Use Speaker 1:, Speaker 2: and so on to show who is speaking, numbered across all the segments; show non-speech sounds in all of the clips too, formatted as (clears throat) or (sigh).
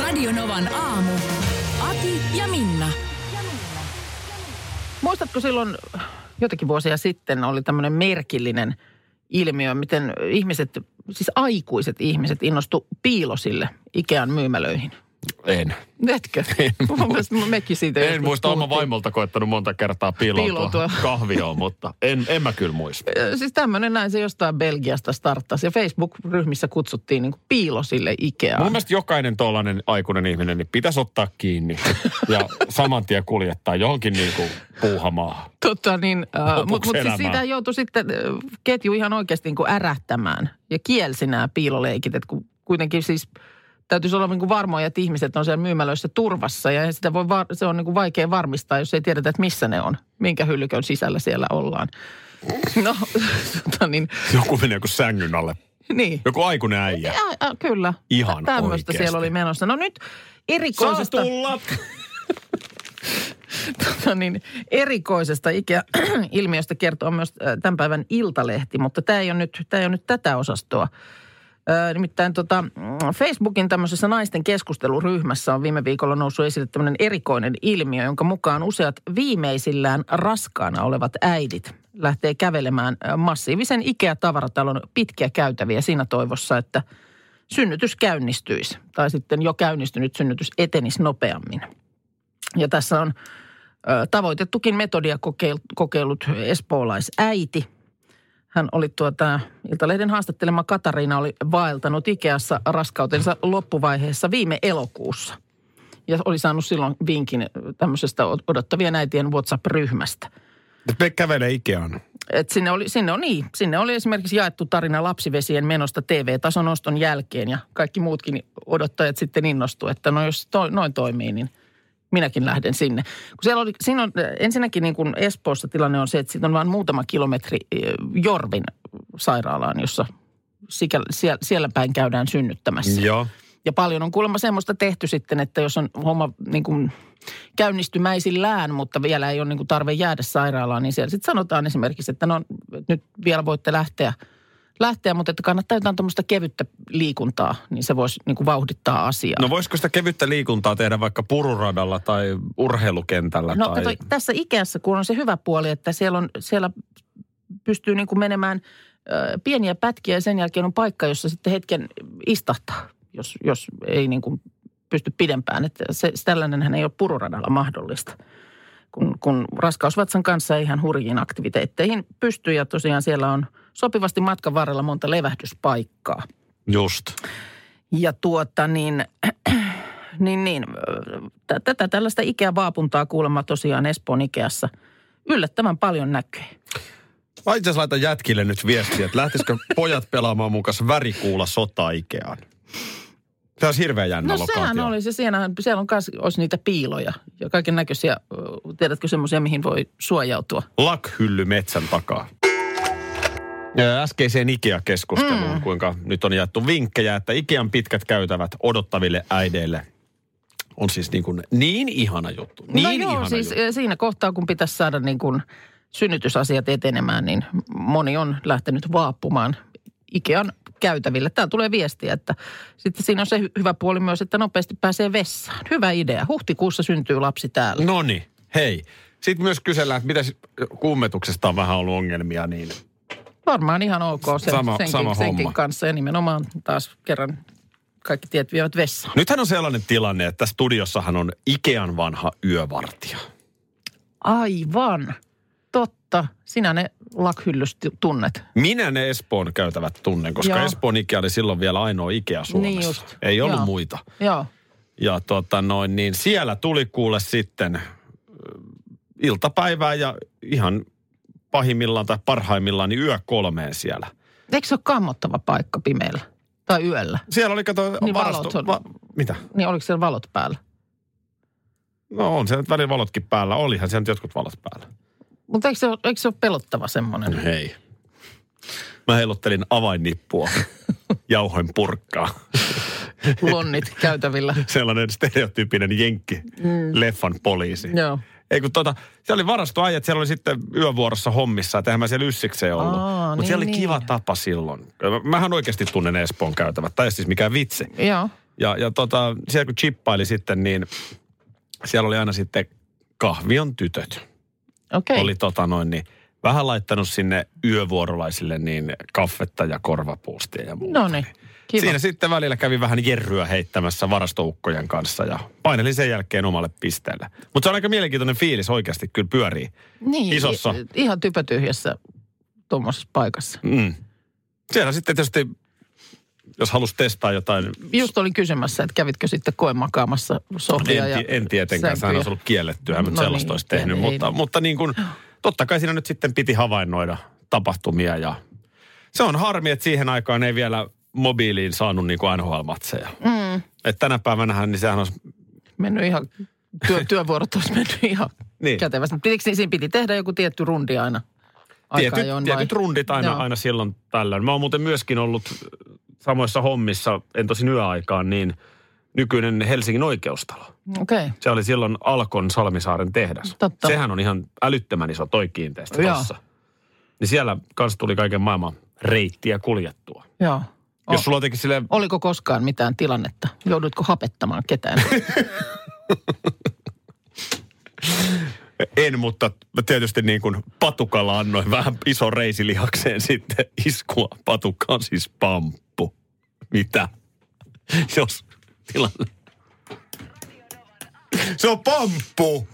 Speaker 1: Radionovan aamu. Ati ja Minna.
Speaker 2: Muistatko silloin jotakin vuosia sitten oli tämmöinen merkillinen ilmiö, miten ihmiset, siis aikuiset ihmiset innostu piilosille Ikean myymälöihin?
Speaker 3: (laughs) En.
Speaker 2: Etkö? Mun mielestä mekin siitä
Speaker 3: En
Speaker 2: joskus
Speaker 3: muista oma
Speaker 2: puhuttiin.
Speaker 3: vaimolta koettanut monta kertaa piiloutua
Speaker 2: Piiloutua. (laughs)
Speaker 3: kahvioon, mutta en, en mä kyllä muista.
Speaker 2: Ö, Siis tämmöinen näin se jostain Belgiasta starttasi ja Facebook-ryhmissä kutsuttiin niin kuin piilosille
Speaker 3: Mun
Speaker 2: Ikeaan.
Speaker 3: mielestä jokainen tuollainen aikuinen ihminen niin pitäisi ottaa
Speaker 2: (laughs)
Speaker 3: kiinni ja saman tien kuljettaa johonkin niinku puuhamaahan.
Speaker 2: Tota niin, äh,
Speaker 3: Lopuksi
Speaker 2: mutta mut siis
Speaker 3: elämää.
Speaker 2: siitä joutui sitten äh, ketju ihan oikeasti niin kuin ärähtämään ja kielsi nämä piiloleikit, että kun kuitenkin siis täytyisi olla niin kuin varmoja, että ihmiset on siellä myymälöissä turvassa ja sitä voi var- se on niin kuin vaikea varmistaa, jos ei tiedetä, että missä ne on, minkä hyllykön sisällä siellä ollaan. No, (laughs) tota niin,
Speaker 3: Joku menee joku sängyn alle.
Speaker 2: niin.
Speaker 3: Joku aikuinen äijä.
Speaker 2: Ja, ja, kyllä.
Speaker 3: Ihan
Speaker 2: Tä- Tämmöistä
Speaker 3: oikeesti.
Speaker 2: siellä oli menossa. No nyt
Speaker 3: Saa
Speaker 2: erikoisesta...
Speaker 3: tulla!
Speaker 2: (laughs) No niin, erikoisesta (clears throat) Ikea-ilmiöstä kertoo myös äh, tämän päivän Iltalehti, mutta tämä ei ole nyt, tämä ei ole nyt tätä osastoa. Ö, Nimittäin tota, mm, Facebookin tämmöisessä naisten keskusteluryhmässä on viime viikolla noussut esille tämmöinen erikoinen ilmiö, jonka mukaan useat viimeisillään raskaana olevat äidit lähtee kävelemään ö, massiivisen Ikea-tavaratalon pitkiä käytäviä siinä toivossa, että synnytys käynnistyisi tai sitten jo käynnistynyt synnytys etenisi nopeammin. Ja tässä on ö, tavoitettukin metodia kokeil- kokeillut espoolaisäiti. Hän oli tuota, Iltalehden haastattelema Katariina oli vaeltanut Ikeassa raskautensa loppuvaiheessa viime elokuussa. Ja oli saanut silloin vinkin ö, tämmöisestä o- odottavien äitien WhatsApp-ryhmästä.
Speaker 3: Me kävelee Ikeaan.
Speaker 2: Et sinne, oli, sinne, on, niin, sinne oli esimerkiksi jaettu tarina lapsivesien menosta TV-tason oston jälkeen ja kaikki muutkin odottajat sitten innostu, että no jos to, noin toimii, niin minäkin lähden sinne. Kun siellä oli, siinä on, äh, ensinnäkin niin kuin Espoossa tilanne on se, että siitä on vain muutama kilometri äh, Jorvin sairaalaan, jossa sikä, siellä, siellä päin käydään synnyttämässä.
Speaker 3: Joo.
Speaker 2: Ja paljon on kuulemma semmoista tehty sitten, että jos on homma niin kuin käynnistymäisillään, mutta vielä ei ole niin kuin tarve jäädä sairaalaan, niin siellä sitten sanotaan esimerkiksi, että no että nyt vielä voitte lähteä, lähteä mutta että kannattaa jotain tuommoista kevyttä liikuntaa, niin se voisi niin kuin vauhdittaa asiaa.
Speaker 3: No voisiko sitä kevyttä liikuntaa tehdä vaikka pururadalla tai urheilukentällä?
Speaker 2: No
Speaker 3: tai...
Speaker 2: kato, tässä Ikeassa kun on se hyvä puoli, että siellä, on, siellä pystyy niin kuin menemään ö, pieniä pätkiä ja sen jälkeen on paikka, jossa sitten hetken istahtaa, jos, jos ei niin kuin pysty pidempään. Että se, tällainenhän ei ole pururadalla mahdollista. Kun, kun raskausvatsan kanssa ei ihan hurjiin aktiviteetteihin pysty ja tosiaan siellä on sopivasti matkan varrella monta levähdyspaikkaa.
Speaker 3: Just.
Speaker 2: Ja tuota niin, (clears throat) niin, niin ö, tä- tätä tällaista Ikea-vaapuntaa kuulemma tosiaan Espoon Ikeassa yllättävän paljon näkyy.
Speaker 3: Mä itse asiassa laitan jätkille nyt viestiä, että
Speaker 2: (laughs)
Speaker 3: lähtisikö pojat pelaamaan mun kanssa värikuulla sota Ikeaan. Tämä olisi hirveän jännä
Speaker 2: No
Speaker 3: lokaatio.
Speaker 2: sehän oli se, siinähän, siellä on kans, olisi niitä piiloja ja kaiken näköisiä, tiedätkö semmoisia, mihin voi suojautua.
Speaker 3: Lakhylly metsän takaa. Ja Äskeiseen Ikea-keskusteluun, mm. kuinka nyt on jaettu vinkkejä, että Ikean pitkät käytävät odottaville äideille on siis niin, kuin niin ihana juttu. Niin
Speaker 2: no joo,
Speaker 3: ihana
Speaker 2: siis
Speaker 3: juttu.
Speaker 2: ö, siinä kohtaa, kun pitäisi saada niin kuin synnytysasiat etenemään, niin moni on lähtenyt vaappumaan Ikean käytäville. Täällä tulee viestiä, että sitten siinä on se hy- hyvä puoli myös, että nopeasti pääsee vessaan. Hyvä idea. Huhtikuussa syntyy lapsi täällä.
Speaker 3: No niin, hei. Sitten myös kysellään, että mitäs kuumetuksesta on vähän ollut ongelmia, niin
Speaker 2: Varmaan ihan ok sen,
Speaker 3: Sama-
Speaker 2: senkin,
Speaker 3: sama
Speaker 2: senkin
Speaker 3: homma.
Speaker 2: kanssa ja nimenomaan taas kerran kaikki tiet vievät vessaan.
Speaker 3: Nythän on sellainen tilanne, että studiossahan on Ikean vanha yövartija.
Speaker 2: Aivan. Totta. Sinä ne lakhyllytunnet.
Speaker 3: Minä ne Espoon käytävät tunnen, koska
Speaker 2: Joo.
Speaker 3: Joo. Espoon Ikea oli silloin vielä ainoa Ikea Suomessa.
Speaker 2: Niin just.
Speaker 3: Ei ollut
Speaker 2: Joo.
Speaker 3: Joo. muita.
Speaker 2: Joo.
Speaker 3: Ja tota noin, niin siellä tuli kuule sitten äh, iltapäivää ja ihan pahimmillaan tai parhaimmillaan niin yö kolmeen siellä.
Speaker 2: Eikö se ole kammottava paikka pimeällä tai yöllä?
Speaker 3: Siellä oli kato
Speaker 2: Niin
Speaker 3: varasto,
Speaker 2: valot on-
Speaker 3: va, Mitä?
Speaker 2: Niin oliko siellä valot päällä?
Speaker 3: No on se nyt välillä valotkin päällä. Olihan siellä nyt jotkut valot päällä.
Speaker 2: Mutta eikö se ole, eikö se ole pelottava semmoinen?
Speaker 3: Hei. Mä heilottelin
Speaker 2: (laughs)
Speaker 3: avainnippua. Jauhoin purkkaa.
Speaker 2: Lonnit
Speaker 3: (laughs)
Speaker 2: käytävillä.
Speaker 3: Sellainen stereotyyppinen jenkki.
Speaker 2: Mm.
Speaker 3: Leffan poliisi.
Speaker 2: Joo.
Speaker 3: Ei kun tota, siellä oli varastoajat, siellä oli sitten yövuorossa hommissa, että eihän mä siellä yssikseen ollut.
Speaker 2: Aa,
Speaker 3: Mutta
Speaker 2: niin,
Speaker 3: siellä oli
Speaker 2: niin.
Speaker 3: kiva tapa silloin. Mä- Mähän oikeasti tunnen Espoon käytävät, tai ei siis mikään vitsi.
Speaker 2: Joo.
Speaker 3: Ja, ja tota, siellä kun chippaili sitten, niin siellä oli aina sitten kahvion tytöt.
Speaker 2: Okei.
Speaker 3: Oli tota noin niin, vähän laittanut sinne yövuorolaisille niin kaffetta ja korvapuustia ja muuta.
Speaker 2: No niin. Kiva.
Speaker 3: Siinä sitten välillä kävi vähän jerryä heittämässä varastoukkojen kanssa ja painelin sen jälkeen omalle pisteelle. Mutta se on aika mielenkiintoinen fiilis oikeasti, kyllä pyörii.
Speaker 2: niin,
Speaker 3: isossa.
Speaker 2: i- Ihan typätyhjässä tuommoisessa paikassa.
Speaker 3: Mm. Siellä sitten tietysti, jos halusi testaa jotain,
Speaker 2: Just olin kysymässä, että kävitkö sitten koemakaamassa sohvia ja
Speaker 3: en, en tietenkään, sehän
Speaker 2: sänkyjä.
Speaker 3: olisi ollut kiellettyä,
Speaker 2: No
Speaker 3: mutta sellaista
Speaker 2: niin,
Speaker 3: olisi tehnyt.
Speaker 2: ei-
Speaker 3: mutta, mutta niin kuin, totta kai siinä nyt sitten piti havainnoida tapahtumia ja se on harmi, että siihen aikaan ei vielä mobiiliin saanut niin kuin NHL-matseja.
Speaker 2: Mm.
Speaker 3: Et tänä päivänähän, niin sehän olisi
Speaker 2: mennyt ihan,
Speaker 3: (laughs)
Speaker 2: työ, työvuorot olisi mennyt ihan
Speaker 3: Niin.
Speaker 2: niin. kätevästi. Mutta pitikö niin- siinä piti tehdä joku tietty rundi aina? Aika
Speaker 3: tietyt,
Speaker 2: ajoin vai?
Speaker 3: tietyt rundit aina,
Speaker 2: Joo.
Speaker 3: aina silloin tällöin. Mä oon muuten myöskin ollut samoissa hommissa, en tosin yöaikaan, niin nykyinen Helsingin oikeustalo.
Speaker 2: Okei. Okay.
Speaker 3: Se oli silloin Alkon Salmisaaren tehdas.
Speaker 2: Totta.
Speaker 3: Sehän on ihan älyttömän iso toi kiinteistö
Speaker 2: Joo.
Speaker 3: tossa. Niin siellä kanssa tuli kaiken maailman reittiä kuljettua.
Speaker 2: Joo.
Speaker 3: Oh. Jos sulla on jotenkin sille,
Speaker 2: Oliko koskaan mitään tilannetta? Joudutko hapettamaan
Speaker 3: (laughs)
Speaker 2: ketään?
Speaker 3: en, mutta mä tietysti niin kuin patukalla annoin vähän ison reisilihakseen (laughs) sitten iskua. Patukka on siis pamppu. Mitä? (laughs) Jos tilanne... Se on pamppu!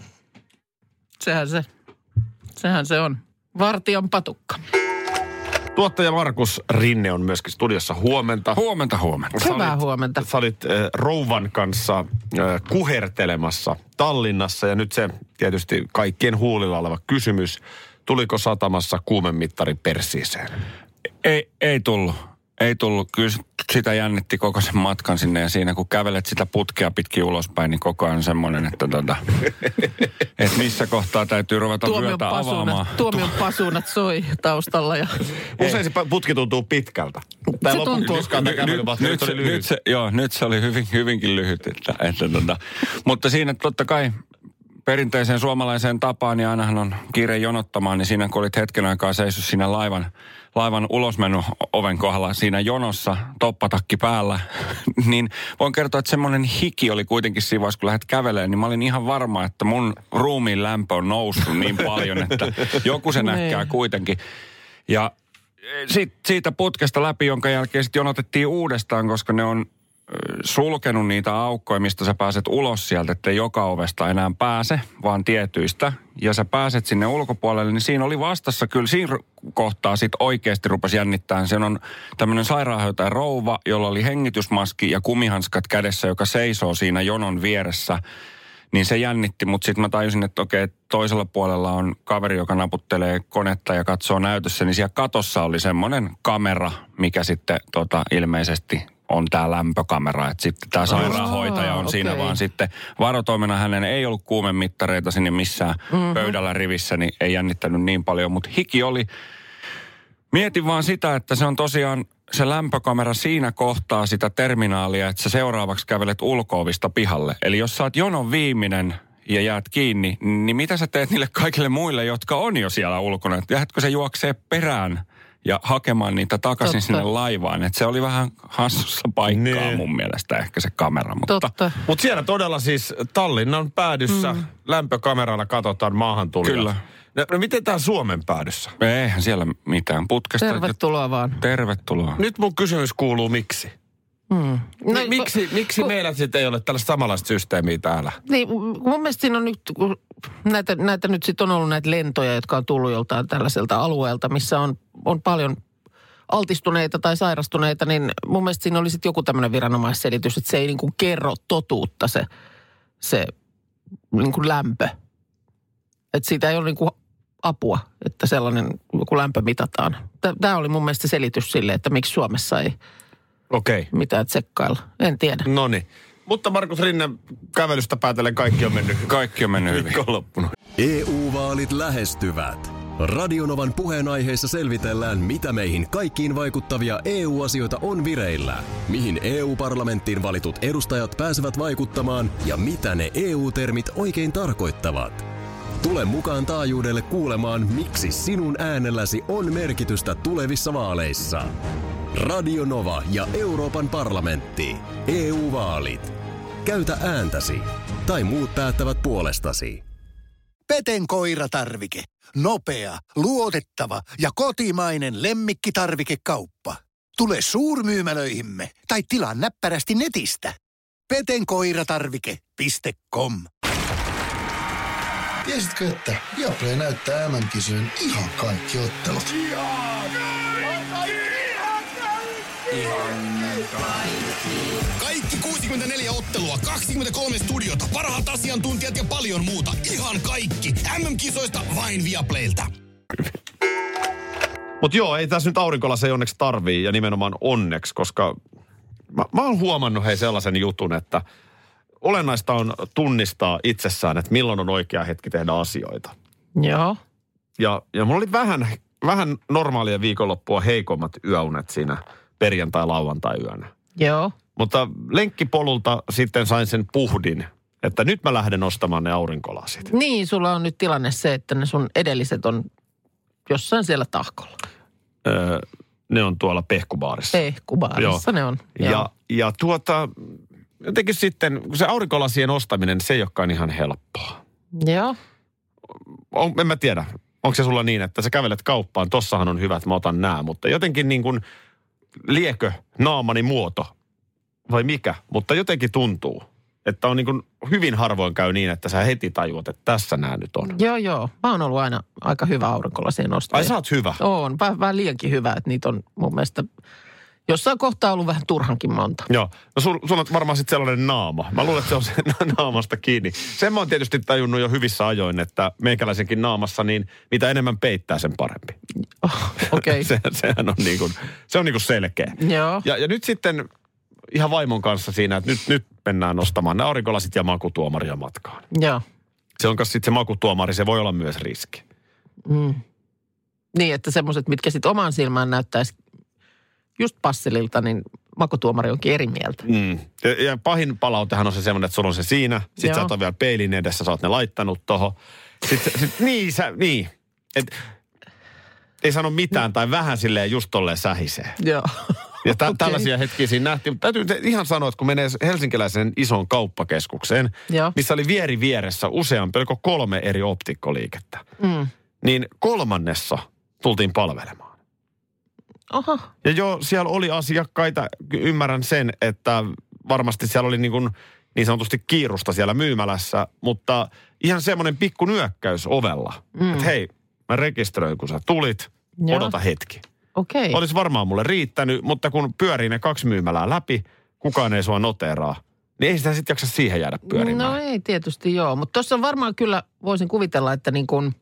Speaker 2: Sehän se, sehän se on. Vartijan patukka.
Speaker 3: Tuottaja Markus Rinne on myöskin studiossa huomenta.
Speaker 4: Huomenta, huomenta.
Speaker 3: Sä
Speaker 2: Hyvää
Speaker 3: olit-
Speaker 2: huomenta.
Speaker 3: Sä olit äh, rouvan kanssa äh, kuhertelemassa Tallinnassa ja nyt se tietysti kaikkien huulilla oleva kysymys. Tuliko satamassa kuumemittari persiiseen?
Speaker 4: Ei, ei tullut. Ei tullut. Kyllä s- sitä jännitti koko sen matkan sinne ja siinä kun kävelet sitä putkea pitkin ulospäin, niin koko ajan semmoinen, että tota, et missä kohtaa täytyy ruveta
Speaker 2: Tuomion
Speaker 4: vyötä avaamaan.
Speaker 2: pasunat, tuomion pasunat soi taustalla ja
Speaker 3: Usein se pa- putki tuntuu pitkältä. Tää
Speaker 2: Se
Speaker 3: lopun
Speaker 2: tuntuu.
Speaker 3: koskaan tää kävelymatka,
Speaker 4: nyt,
Speaker 3: nyt oli
Speaker 4: se,
Speaker 3: lyhyt.
Speaker 4: nyt, se, joo, nyt se oli hyvin, hyvinkin lyhyt. Että, että tota, mutta siinä totta kai perinteiseen suomalaiseen tapaan, niin ainahan on kiire jonottamaan, niin siinä kun olit hetken aikaa seissyt siinä laivan, laivan ulosmenun oven kohdalla siinä jonossa, toppatakki päällä, (laughs) niin voin kertoa, että semmoinen hiki oli kuitenkin siinä vaiheessa, kun lähdet kävelemään, niin mä olin ihan varma, että mun ruumiin lämpö on noussut niin paljon, että joku se näkkää kuitenkin. Ja eh, sit, siitä putkesta läpi, jonka jälkeen sitten jonotettiin uudestaan, koska ne on ö, sulkenut niitä aukkoja, mistä sä pääset ulos sieltä, ettei joka ovesta enää pääse, vaan tietyistä. Ja sä pääset sinne ulkopuolelle, niin siinä oli vastassa kyllä, siinä ru- kohtaa sit oikeasti rupesi jännittämään. Se on tämmöinen sairaanhoitaja rouva, jolla oli hengitysmaski ja kumihanskat kädessä, joka seisoo siinä jonon vieressä niin se jännitti, mutta sitten mä tajusin, että okei, toisella puolella on kaveri, joka naputtelee konetta ja katsoo näytössä, niin siellä katossa oli semmoinen kamera, mikä sitten tota, ilmeisesti on tämä lämpökamera, että sitten tämä sairaanhoitaja on
Speaker 2: okei.
Speaker 4: siinä vaan sitten varotoimena hänen ei ollut kuumemittareita sinne missään mm-hmm. pöydällä rivissä, niin ei jännittänyt niin paljon, mutta hiki oli, Mietin vaan sitä, että se on tosiaan se lämpökamera siinä kohtaa sitä terminaalia, että sä seuraavaksi kävelet ulkoovista pihalle. Eli jos sä oot jonon viimeinen ja jäät kiinni, niin mitä sä teet niille kaikille muille, jotka on jo siellä ulkona? Et Lähdetkö se juoksee perään ja hakemaan niitä takaisin
Speaker 2: Totta.
Speaker 4: sinne laivaan? Et se oli vähän hassussa paikkaa
Speaker 3: Niin.
Speaker 4: mun mielestä ehkä se kamera, mutta...
Speaker 2: totta.
Speaker 3: Mutta siellä todella siis Tallinnan päädyssä mm. lämpökameralla katsotaan maahantulijat.
Speaker 4: Kyllä.
Speaker 3: No, no miten tämä Suomen päädyssä?
Speaker 4: Eihän siellä mitään putkesta.
Speaker 2: tervetuloa vaan.
Speaker 4: Tervetuloa.
Speaker 3: Nyt mun kysymys kuuluu miksi?
Speaker 2: Mm.
Speaker 3: No, miksi miksi meillä sitten ei ole tällaista samanlaista systeemiä täällä?
Speaker 2: Niin, mun mielestä siinä on nyt, kun näitä, näitä nyt sitten on ollut näitä lentoja, jotka on tullut joltain tällaiselta alueelta, missä on, on paljon altistuneita tai sairastuneita, niin mun mielestä siinä oli sitten joku tämmöinen viranomaisselitys, että se ei niin kuin kerro totuutta se, se niin kuin lämpö. Että siitä ei ole niin kuin apua, että sellainen joku lämpö mitataan. Tämä oli mun mielestä se selitys sille, että miksi Suomessa ei
Speaker 3: Okei.
Speaker 2: mitään tsekkailla. En tiedä.
Speaker 3: No niin. Mutta Markus Rinne kävelystä päätellen kaikki on mennyt hyvin.
Speaker 4: Kaikki on mennyt hyvin.
Speaker 3: Viikonloppuna.
Speaker 5: EU-vaalit E lähestyvät. Radionovan puheenaiheessa selvitellään, mitä meihin kaikkiin vaikuttavia EU-asioita on vireillä, mihin EU-parlamenttiin valitut edustajat pääsevät vaikuttamaan ja mitä ne EU-termit oikein tarkoittavat. Tule mukaan taajuudelle kuulemaan, miksi sinun äänelläsi on merkitystä tulevissa vaaleissa. Radio Nova ja Euroopan parlamentti. EU-vaalit. Käytä ääntäsi. Tai muut päättävät puolestasi.
Speaker 6: Peten koiratarvike. Nopea, luotettava ja kotimainen lemmikkitarvikekauppa. Tule suurmyymälöihimme tai tilaa näppärästi netistä. petenkoiratarvike.com
Speaker 7: Tiesitkö, että Viaplay näyttää MM-kisojen ihan kaikki ottelut?
Speaker 8: Kaikki 64 ottelua, 23 studiota, parhaat asiantuntijat ja paljon muuta. Ihan kaikki. MM-kisoista vain Viaplaylta.
Speaker 3: Mutta joo, ei tässä nyt aurinkolla se onneksi tarvii ja nimenomaan onneksi, koska mä, mä oon huomannut hei sellaisen jutun, että olennaista on tunnistaa itsessään, että milloin on oikea hetki tehdä asioita.
Speaker 2: Joo.
Speaker 3: Ja, ja mulla oli vähän, vähän normaalia viikonloppua heikommat yöunet siinä perjantai-lauantai-yönä.
Speaker 2: Joo.
Speaker 3: Mutta lenkkipolulta sitten sain sen puhdin, että nyt mä lähden ostamaan ne
Speaker 2: (laughs)
Speaker 3: aurinkolasit.
Speaker 2: Niin, sulla on nyt tilanne se, että ne sun edelliset on jossain siellä tahkolla.
Speaker 3: Öö, ne on tuolla pehkubaarissa.
Speaker 2: Pehkubaarissa
Speaker 3: Joo.
Speaker 2: Eh, ne on.
Speaker 3: Ja, ja tuota, jotenkin sitten, kun se aurinkolasien ostaminen, se ei olekaan ihan helppoa.
Speaker 2: Joo.
Speaker 3: On, en mä tiedä, onko se sulla niin, että sä kävelet kauppaan, tossahan on hyvät, mä otan nää, mutta jotenkin niin kuin, liekö naamani muoto vai mikä, mutta jotenkin tuntuu, että on niin kuin, hyvin harvoin käy niin, että sä heti tajuat, että tässä nämä nyt on.
Speaker 2: Joo, joo. Mä oon ollut aina aika hyvä aurinkolasien ostaja.
Speaker 3: Ai sä oot hyvä.
Speaker 2: On, vähän, vähän liiankin hyvä, että niitä on mun mielestä jossain kohtaa ollut vähän turhankin
Speaker 3: (laughs)
Speaker 2: monta.
Speaker 3: Joo. No sul, sulla on varmaan sitten sellainen naama. Mä luulen, että se on se naamasta kiinni. Sen mä oon tietysti tajunnut jo hyvissä ajoin, että meikäläisenkin naamassa, niin mitä enemmän peittää, sen parempi.
Speaker 2: Okei.
Speaker 3: Se, sehän on niin kuin, se on niin kuin selkeä.
Speaker 2: Joo.
Speaker 3: Ja, ja nyt sitten ihan vaimon kanssa siinä, että nyt, nyt mennään nostamaan ne aurinkolasit ja makutuomaria matkaan.
Speaker 2: Joo.
Speaker 3: Se on kanssa sitten se makutuomari, se voi olla myös riski.
Speaker 2: Mm. Niin, että semmoiset, mitkä sitten oman silmään näyttäisi just passelilta, niin makutuomari onkin eri mieltä.
Speaker 3: Mm. Ja, ja pahin palautehan on se semmoinen, että sulla on se siinä. Sitten
Speaker 2: Joo.
Speaker 3: sä oot vielä peilin edessä, sä oot ne laittanut tohon. Sitten, sit, niin, sä, niin. Et, ei sano mitään tai vähän silleen just tolleen sähisee.
Speaker 2: Joo.
Speaker 3: Ja tä, tällaisia hetkiä siinä nähtiin. Mutta täytyy te- ihan sanoa, että kun menee helsinkiläisen isoon kauppakeskukseen, (laughs)
Speaker 2: Joo.
Speaker 3: missä oli vieri vieressä useampi, oliko kolme eri optikkoliikettä,
Speaker 2: Mm.
Speaker 3: niin kolmannessa tultiin palvelemaan.
Speaker 2: Oho.
Speaker 3: Ja joo, siellä oli asiakkaita. Ky- Ymmärrän sen, että varmasti siellä oli niin, kuin niin sanotusti kiirusta siellä myymälässä, mutta ihan semmoinen pikku nyökkäys ovella. Mm. Että hei, mä rekisteröin, kun sä tulit.
Speaker 2: Joo. Niin.
Speaker 3: Joo. Odota hetki.
Speaker 2: Okei.
Speaker 3: Olisi varmaan mulle riittänyt, mutta kun pyörii ne kaksi myymälää läpi, kukaan ei sua noteeraa, niin ei sitä sitten jaksa siihen jäädä pyörimään.
Speaker 2: No ei tietysti joo, mutta tuossa on varmaan kyllä, voisin kuvitella, että niin kuin,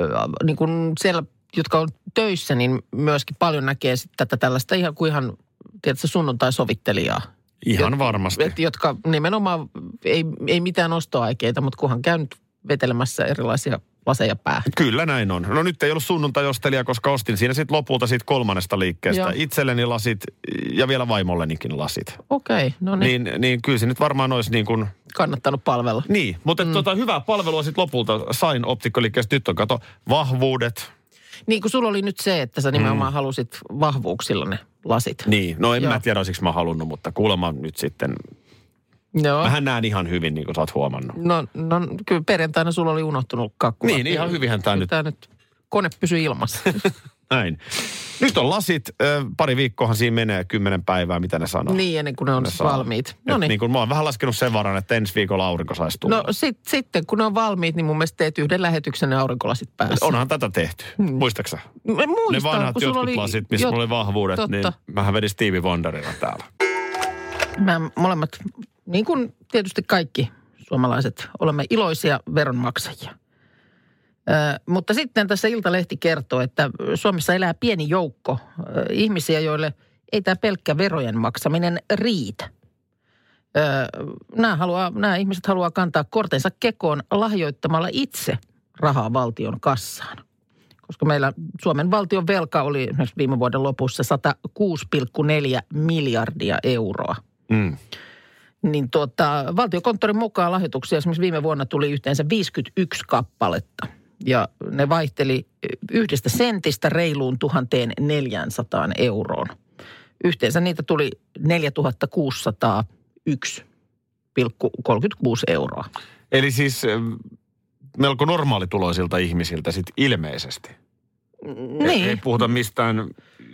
Speaker 2: ö, niin kuin siellä, jotka on töissä, niin myöskin paljon näkee sit tätä tällaista ihan kuin ihan, tiedätkö, sunnuntai-sovittelijaa.
Speaker 3: ihan varmasti.
Speaker 2: Et, jotka nimenomaan ei, ei mitään ostoaikeita, mutta kunhan käy nyt vetelemässä erilaisia laseja päähän.
Speaker 3: Kyllä näin on. No nyt ei ollut sunnuntajostelija, koska ostin siinä sitten lopulta siitä kolmannesta liikkeestä
Speaker 2: Joo.
Speaker 3: Joo. itselleni lasit ja vielä vaimollenikin lasit.
Speaker 2: Okei, no niin, niin,
Speaker 3: Niin, niin kyllä se nyt varmaan olisi niin kuin,
Speaker 2: kannattanut palvella.
Speaker 3: niin, mutta mm. tota, hyvää palvelua sitten lopulta sain optikkoliikkeestä. Nyt on kato vahvuudet.
Speaker 2: Niin kuin sulla oli nyt se, että sä nimenomaan mm. halusit vahvuuksilla ne lasit.
Speaker 3: Niin, no en
Speaker 2: Joo. Oh.
Speaker 3: Joo. mä tiedä olisiko mä halunnut, mutta kuulemma nyt sitten.
Speaker 2: Joo.
Speaker 3: Mähän näen ihan hyvin, niin kuin sä oot huomannut.
Speaker 2: No, no kyllä perjantaina sulla oli unohtunut kakku.
Speaker 3: Niin, ihan hyvinhän tää nyt-
Speaker 2: Tää nyt kone pysyy
Speaker 3: (laughs)
Speaker 2: ilmassa.
Speaker 3: Näin. Nyt on lasit, ö, pari viikkoahan siinä menee, kymmenen päivää, mitä ne sanoo.
Speaker 2: niin, ennen kuin ne on
Speaker 3: No. Ne sanoo.
Speaker 2: valmiit.
Speaker 3: No
Speaker 2: No
Speaker 3: niin. kuin, mä oon vähän laskenut sen varan, että ensi viikolla aurinko saisi tulla.
Speaker 2: No sit, sitten, kun ne on valmiit, niin mun mielestä teet yhden lähetyksen ja aurinkolasit päässä.
Speaker 3: Onhan tätä tehty. Hmm. Muistaksä?
Speaker 2: Mä Mm. muistan,
Speaker 3: ne vanhat
Speaker 2: kun sulla
Speaker 3: jotkut oli, lasit, missä
Speaker 2: jot-
Speaker 3: mulla oli vahvuudet,
Speaker 2: totta.
Speaker 3: niin mähän vedin Stevie Wonderilla täällä.
Speaker 2: Mä molemmat, niin kuin tietysti kaikki suomalaiset, olemme iloisia veronmaksajia. Ö, mutta sitten tässä Iltalehti kertoo, että Suomessa elää pieni joukko ö, ihmisiä, joille ei tämä pelkkä verojen maksaminen riitä. Öö, nämä, haluaa, nämä ihmiset haluaa kantaa kortensa kekoon lahjoittamalla itse rahaa valtion kassaan. Koska meillä Suomen valtion velka oli esimerkiksi viime vuoden lopussa 106,4 miljardia euroa.
Speaker 3: Mm.
Speaker 2: Niin tuota, valtiokonttorin mukaan lahjoituksia esimerkiksi viime vuonna tuli yhteensä 51 kappaletta. Ja ne vaihteli yhdestä sentistä reiluun 1400 euroon. Yhteensä niitä tuli 4601,36 euroa.
Speaker 3: Eli siis eh, melko normaalituloisilta ihmisiltä sit ilmeisesti. Ei-
Speaker 2: Niin.
Speaker 3: Ei puhuta mistään,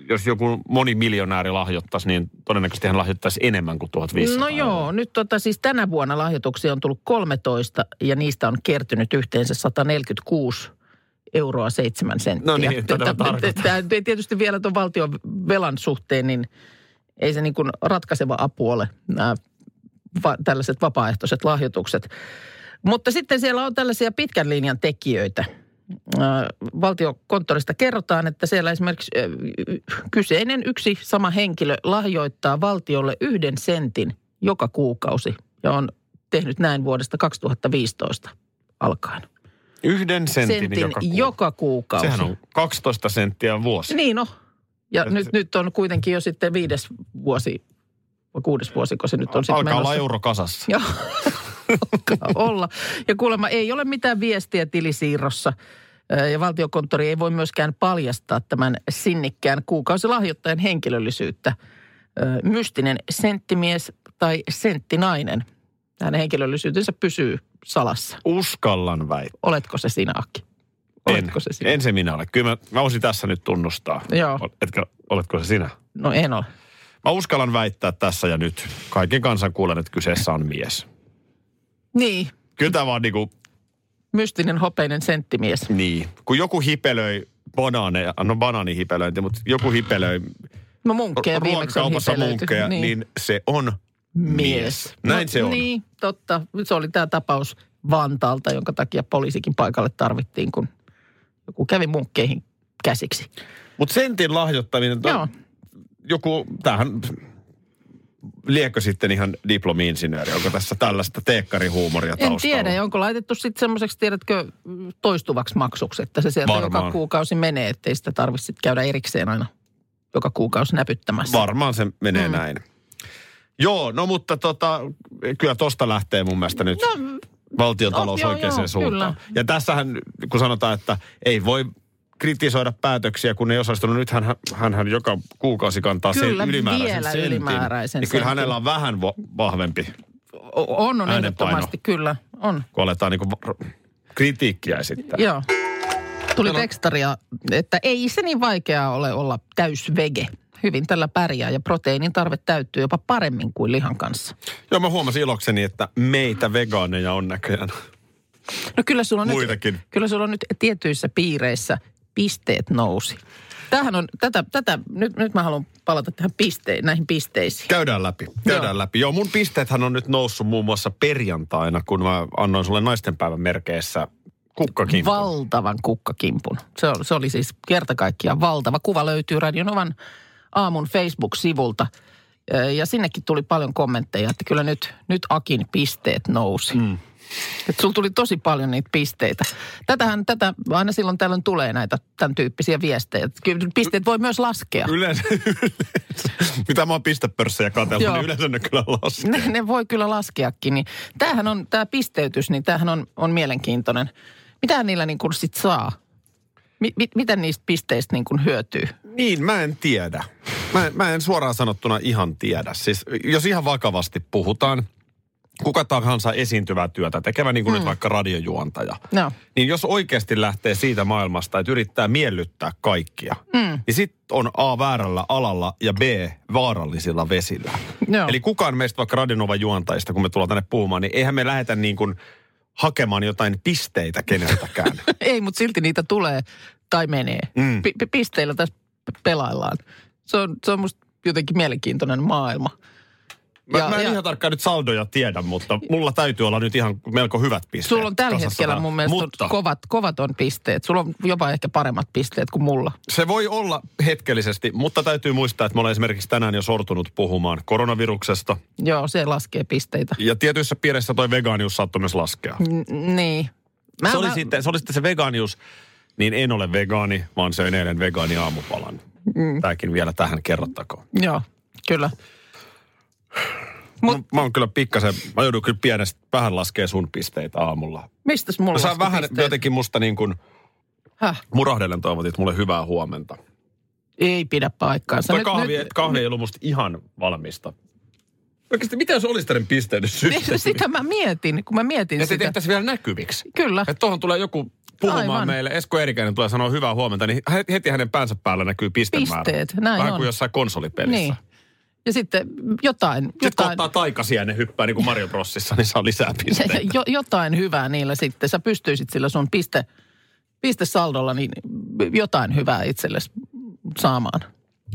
Speaker 3: jos joku monimiljonääri lahjoittaisi, niin todennäköisesti hän lahjoittaisi enemmän kuin 1500.
Speaker 2: No joo, nyt tota, siis tänä vuonna lahjoituksia on tullut 13 ja niistä on kertynyt yhteensä 146 euroa 7 senttiä. Tota,
Speaker 3: No niin, tätä mä tarkoitan.
Speaker 2: Tämä ei tietysti vielä tuon valtion velan suhteen, niin ei se niin kuin ratkaiseva apu ole, nämä va- tällaiset vapaaehtoiset lahjoitukset. Mutta sitten siellä on tällaisia pitkän linjan tekijöitä. Ö, Valtiokonttorista kerrotaan, että siellä esimerkiksi ö, y- y- kyseinen yksi sama henkilö lahjoittaa valtiolle yhden sentin joka kuukausi ja on tehnyt näin vuodesta 2015 alkaen.
Speaker 3: Yhden sentin, joka, kuukausi.
Speaker 2: joka kuukausi.
Speaker 3: Sehän on 12 senttiä vuosi.
Speaker 2: Niin on. Ja nyt, nyt on kuitenkin jo sitten viides vuosi, vai kuudes vuosi, kun se nyt on sitten
Speaker 3: Alkaa olla
Speaker 2: menossa.
Speaker 3: euro kasassa.
Speaker 2: (laughs) Joo, alkaa olla. Ja kuulemma ei ole mitään viestiä tilisiirrossa. Ö, Ja valtiokonttori ei voi myöskään paljastaa tämän sinnikkään kuukausilahjoittajan henkilöllisyyttä. Ö, Mystinen senttimies tai senttinainen. Hänen henkilöllisyytensä pysyy salassa.
Speaker 3: Uskallan väittää.
Speaker 2: Oletko se sinä, Aki?
Speaker 3: En,
Speaker 2: Oletko se sinä?
Speaker 3: en se minä ole. Kyllä mä, mä voisin tässä nyt tunnustaa.
Speaker 2: Joo.
Speaker 3: Ol- Etkö, oletko se sinä?
Speaker 2: No en ole.
Speaker 3: Mä uskallan väittää tässä ja nyt. Kaiken kansan kuulen, että kyseessä on mies.
Speaker 2: Niin,
Speaker 3: Kyllä tämä vaan niinku,
Speaker 2: mystinen hopeinen senttimies.
Speaker 3: niin. Kun joku hipelöi banaaneja, no banaanihipelöinti, mutta joku hipelöi
Speaker 2: No munkkeja viimeksi on
Speaker 3: ruokakaupassa
Speaker 2: hipelöity.
Speaker 3: munkkeja, niin. niin se on mies. Näin
Speaker 2: no,
Speaker 3: se on.
Speaker 2: Niin, totta. Se oli tämä tapaus Vantaalta, jonka takia poliisikin paikalle tarvittiin, kun joku kävi munkkeihin käsiksi.
Speaker 3: Mutta sentin lahjoittaminen,
Speaker 2: Joo.
Speaker 3: to, joku, tämähän, liekö sitten ihan diplomi-insinööri, onko tässä tällaista teekkarihuumoria
Speaker 2: En
Speaker 3: taustalla?
Speaker 2: tiedä, onko laitettu sitten semmoiseksi, tiedätkö, toistuvaksi maksuksi, että se sieltä
Speaker 3: Varmaan.
Speaker 2: joka kuukausi menee, ettei sitä tarvitse sit käydä erikseen aina joka kuukausi näpyttämässä.
Speaker 3: Varmaan se menee mm. näin. Joo, no mutta tota, kyllä tosta lähtee mun mielestä nyt no, valtiotalous
Speaker 2: no, joo,
Speaker 3: oikeaan
Speaker 2: joo, kyllä.
Speaker 3: suuntaan. Ja tässähän, kun sanotaan, että ei voi kritisoida päätöksiä, kun ei osallistunut. Nythän hän, hänhän joka kuukausi kantaa
Speaker 2: Kyllä,
Speaker 3: sen ylimääräisen
Speaker 2: vielä
Speaker 3: sentin.
Speaker 2: ylimääräisen
Speaker 3: niin kyllä
Speaker 2: sentin.
Speaker 3: hänellä on vähän vo- vahvempi,
Speaker 2: O- on, on
Speaker 3: Äänenpaino.
Speaker 2: ehdottomasti, kyllä, on.
Speaker 3: kun aletaan niinku va- kritiikkiä esittää.
Speaker 2: Joo. Tuli tekstaria, että ei se niin vaikeaa ole olla täysvege. Hyvin tällä pärjää ja proteiinin tarve täyttyy jopa paremmin kuin lihan kanssa.
Speaker 3: Joo, mä huomasin ilokseni, että meitä vegaaneja on näköjään.
Speaker 2: No kyllä sulla on, nyt,
Speaker 3: Muitakin.
Speaker 2: kyllä sulla on nyt tietyissä piireissä pisteet nousi. Tämähän on, tätä, tätä nyt, nyt mä haluan palata tähän piste, näihin pisteisiin.
Speaker 3: Käydään läpi, käydään
Speaker 2: Joo.
Speaker 3: Joo. läpi. Joo, mun pisteethän on nyt noussut muun muassa perjantaina, kun mä annoin sulle naistenpäivän merkeissä kukkakimpun.
Speaker 2: Valtavan kukkakimpun. Se, oli- se oli siis kerta kaikkiaan valtava. Kuva löytyy Radionovan aamun Facebook-sivulta. Ö, Ja sinnekin tuli paljon kommentteja, että kyllä nyt, nyt Akin pisteet nousi. Mm. Että sulla tuli tosi paljon niitä pisteitä. Tätähän, tätä aina silloin tällöin tulee näitä tämän tyyppisiä viestejä. Että Kyllä pisteet voi myös laskea.
Speaker 3: Yleensä, (laughs) yleensä, mitä mä oon pistepörssejä katsellut,
Speaker 2: Joo.
Speaker 3: niin yleensä ne kyllä laskee.
Speaker 2: Ne, ne voi kyllä laskeakin. Niin tämähän on, tämä pisteytys, niin tämähän on, on mielenkiintoinen. Mitä niillä niin kuin sit saa? Mi, mi, miten niistä pisteistä niin kuin hyötyy?
Speaker 3: Niin, mä en tiedä. Mä, en- mä en suoraan sanottuna ihan tiedä. Siis jos ihan vakavasti puhutaan, kuka tahansa esiintyvää työtä tekevä, niin kuin mm. nyt vaikka radiojuontaja.
Speaker 2: No.
Speaker 3: Niin jos oikeasti lähtee siitä maailmasta, että yrittää miellyttää kaikkia, mm. niin sitten on A väärällä alalla ja B vaarallisilla vesillä.
Speaker 2: Joo.
Speaker 3: Eli kukaan meistä vaikka Radinova juontajista, kun me tullaan tänne puhumaan, niin eihän me lähetä niin kuin hakemaan jotain pisteitä keneltäkään.
Speaker 2: Ei, mutta silti niitä tulee tai menee. Mm.
Speaker 3: Mm.
Speaker 2: P- pisteillä tässä p- pelaillaan. Se on, se on musta jotenkin mielenkiintoinen maailma.
Speaker 3: Mä,
Speaker 2: Ja-
Speaker 3: ja, mä en
Speaker 2: ja-
Speaker 3: ja. ihan tarkkaan nyt saldoja tiedä, mutta mulla täytyy olla nyt ihan melko hyvät pisteet.
Speaker 2: Sulla on tällä
Speaker 3: kasassa
Speaker 2: hetkellä
Speaker 3: täällä.
Speaker 2: mun mielestä
Speaker 3: Mutta
Speaker 2: kovat, kovat on pisteet. Sulla on jopa ehkä paremmat pisteet kuin mulla.
Speaker 3: se voi olla hetkellisesti, mutta täytyy muistaa, että mä olen esimerkiksi tänään jo sortunut puhumaan koronaviruksesta.
Speaker 2: Joo, se laskee pisteitä.
Speaker 3: Ja tietyissä piirissä toi vegaanius saattoi myös laskea.
Speaker 2: N- niin.
Speaker 3: Mä, se, oli sitten, se oli sitten se vegaanius, niin en ole vegaani, vaan söin eilen vegaani aamupalan. Mm. Tämäkin vielä tähän kerrottakoon.
Speaker 2: Joo, kyllä.
Speaker 3: Mut, mä, mä oon kyllä pikkasen, mä joudun kyllä pienestä vähän laskee sun pisteitä aamulla.
Speaker 2: Mistäs mulla
Speaker 3: Mä saan
Speaker 2: laski
Speaker 3: vähän
Speaker 2: pisteet?
Speaker 3: jotenkin musta niin kuin
Speaker 2: Häh,
Speaker 3: murahdellen toivotit mulle hyvää huomenta.
Speaker 2: ei pidä paikkaansa.
Speaker 3: Toi kahvi, nyt... kahvi ei ollut musta ihan valmista. Oikeasti, mitä jos olisi tämän pisteytys
Speaker 2: Niin, (laughs) Sitä mä mietin, kun mä mietin
Speaker 3: Ja se
Speaker 2: sitä.
Speaker 3: tehtäisiin vielä näkyviksi.
Speaker 2: Kyllä.
Speaker 3: Että tuohon tulee joku puhumaan
Speaker 2: Aivan.
Speaker 3: Aivan. meille. Esko Erikäinen tulee sanoa hyvää huomenta, niin hä- heti hänen päänsä päällä näkyy pistemäärä.
Speaker 2: Pisteet, näin
Speaker 3: Vähän
Speaker 2: on.
Speaker 3: kuin jossain konsolipelissä.
Speaker 2: Niin. Ja sitten jotain,
Speaker 3: Sitten kun
Speaker 2: jotain,
Speaker 3: ottaa taikasia ja ne hyppää niin kuin Mario Brossissa, niin
Speaker 2: (laughs)
Speaker 3: saa lisää pisteitä.
Speaker 2: jo, jotain hyvää niillä sitten. Sä pystyisit sillä sun piste, pistesaldolla niin jotain hyvää itsellesi saamaan.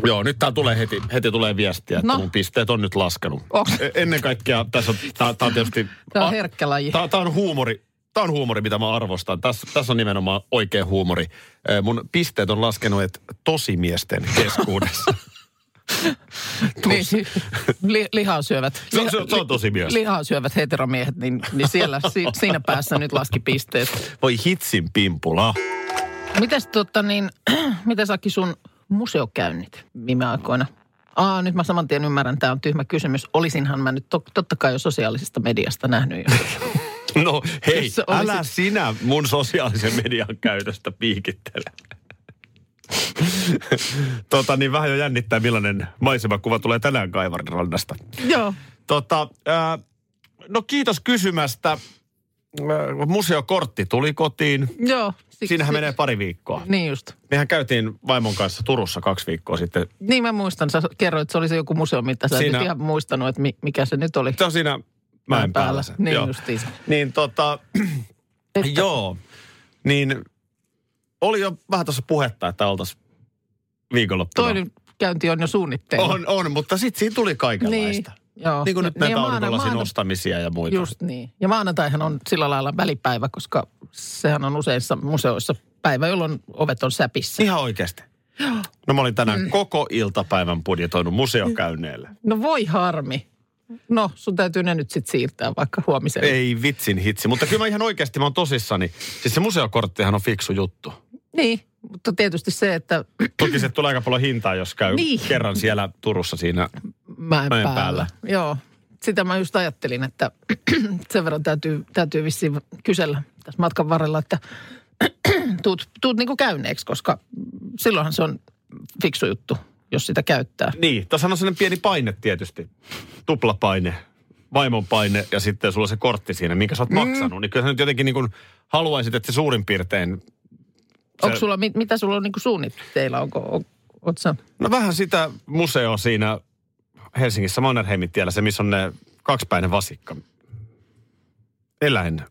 Speaker 3: Joo, nyt tää tulee heti, heti tulee viestiä, että
Speaker 2: No.
Speaker 3: no. mun pisteet on nyt laskenut.
Speaker 2: Onks?
Speaker 3: E- Ennen kaikkea tässä on, tää, tää on tietysti...
Speaker 2: Tää on herkkä laji.
Speaker 3: Tää, tää on huumori. Tämä on huumori, mitä mä arvostan. Tässä, tässä on nimenomaan oikea huumori. Ee, Mun pisteet on laskenut, että tosimiesten
Speaker 2: (laughs)
Speaker 3: keskuudessa.
Speaker 2: Niin, (laughs) li, lihaa syövät.
Speaker 3: Se on- se on- se on tosi mies.
Speaker 2: Lihaa syövät heteromiehet, niin, niin siellä, si, siinä päässä nyt laski pisteet.
Speaker 3: Voi hitsin pimpula.
Speaker 2: Mitäs tota niin, (clears throat) mitäs Aki sun museokäynnit viime aikoina? Aa, nyt mä saman tien ymmärrän, tämä on tyhmä kysymys. Olisinhan mä nyt to, totta kai jo sosiaalisesta mediasta nähnyt jo.
Speaker 3: No hei,
Speaker 2: Jos sä olisit-
Speaker 3: älä sinä mun sosiaalisen median käytöstä piikittele. (laughs) tota niin, vähän jo jännittää, millainen maisemakuva tulee tänään Kaivarin rannasta.
Speaker 2: (laughs) Joo.
Speaker 3: Tota, ää, no kiitos kysymästä. Ää, Museokortti tuli kotiin.
Speaker 2: Joo. Siksi,
Speaker 3: Siinähän menee pari viikkoa.
Speaker 2: Niin just.
Speaker 3: Mehän käytiin vaimon kanssa Turussa kaksi viikkoa sitten.
Speaker 2: Niin mä muistan, sä kerroit, että se oli se joku museo, mitä sä Siinä...
Speaker 3: Siinä-
Speaker 2: et ihan muistanut, että mi, mikä se nyt oli.
Speaker 3: Se on siinä mäen päällä. se.
Speaker 2: Niin
Speaker 3: Joo.
Speaker 2: justiinsa.
Speaker 3: Niin tota,
Speaker 2: (clears throat) Että-
Speaker 3: joo, niin oli jo vähän tuossa puhetta, että oltaisiin viikonloppuna.
Speaker 2: Toinen käynti on jo suunnitteilla.
Speaker 3: on, on, mutta sitten siinä tuli kaikenlaista.
Speaker 2: Niin, joo.
Speaker 3: niin kuin nyt
Speaker 2: Ja- niin
Speaker 3: näitä
Speaker 2: ja maana-
Speaker 3: aurinkolasin
Speaker 2: maana-
Speaker 3: nostamisia ja muita.
Speaker 2: Just niin. Ja maanantaihan on sillä lailla välipäivä, koska sehän on useissa museoissa päivä, jolloin ovet on säpissä.
Speaker 3: Ihan oikeasti. No mä olin tänään koko iltapäivän budjetoinut museokäynneille.
Speaker 2: No voi harmi. No, sun täytyy ne nyt sitten siirtää vaikka huomiselle.
Speaker 3: Ei vitsin hitsi, mutta kyllä mä ihan oikeasti, mä oon tosissani. Siis se museokorttihan on fiksu juttu.
Speaker 2: Niin, mutta tietysti se, että (clears throat)
Speaker 3: Toki se tulee aika paljon hintaa, jos käy
Speaker 2: Niin.
Speaker 3: niin. kerran siellä Turussa siinä.
Speaker 2: mä en
Speaker 3: Mä en
Speaker 2: päällä.
Speaker 3: päällä.
Speaker 2: Joo, sitä mä just ajattelin, että (clears throat) sen verran täytyy, täytyy vissiin kysellä tässä matkan varrella, että (clears throat) tuut, tuut niinku käyneeksi, koska silloinhan se on fiksu juttu, jos sitä käyttää.
Speaker 3: Niin, tässä on sellainen pieni paine tietysti. Tuplapaine, vaimon paine ja sitten sulla se kortti siinä, minkä sä oot mm. maksanut. Niin kyllä sä nyt jotenkin niin kuin haluaisit, että se suurin piirtein...
Speaker 2: Onko sulla, mit, mitä sulla on niinku suunnitteilla? Onko, on, oot sä,
Speaker 3: No vähän sitä museo siinä Helsingissä Mannerheimin tiellä, se missä on ne kaksipäinen vasikka. Eläin.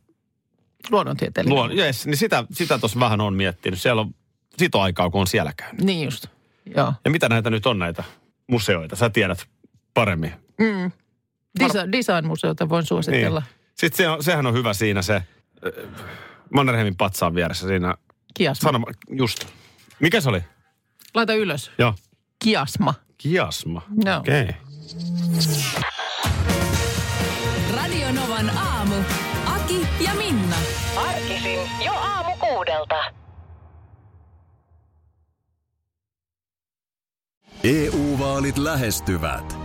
Speaker 2: luonnontieteilijä?
Speaker 3: Luon, yes, niin sitä sitä tuossa vähän on miettinyt. Siellä on sitoaikaa, kun on siellä käynyt.
Speaker 2: Niin just, joo.
Speaker 3: Ja mitä näitä nyt on näitä museoita? Sä tiedät paremmin.
Speaker 2: Desi- Design-museota voin suositella. Niin.
Speaker 3: Sitten se on, sehän on hyvä siinä se ö, Mannerheimin patsaan vieressä siinä.
Speaker 2: Kiasma.
Speaker 3: Sanoma, just. Mikä se oli?
Speaker 2: Laita ylös.
Speaker 3: Joo.
Speaker 2: Kiasma.
Speaker 3: Kiasma.
Speaker 2: Joo.
Speaker 3: Okei. Okay.
Speaker 1: Radio Novan aamu. Aki ja Minna.
Speaker 9: Arkisin jo aamu kuudelta.
Speaker 5: EU-vaalit E lähestyvät.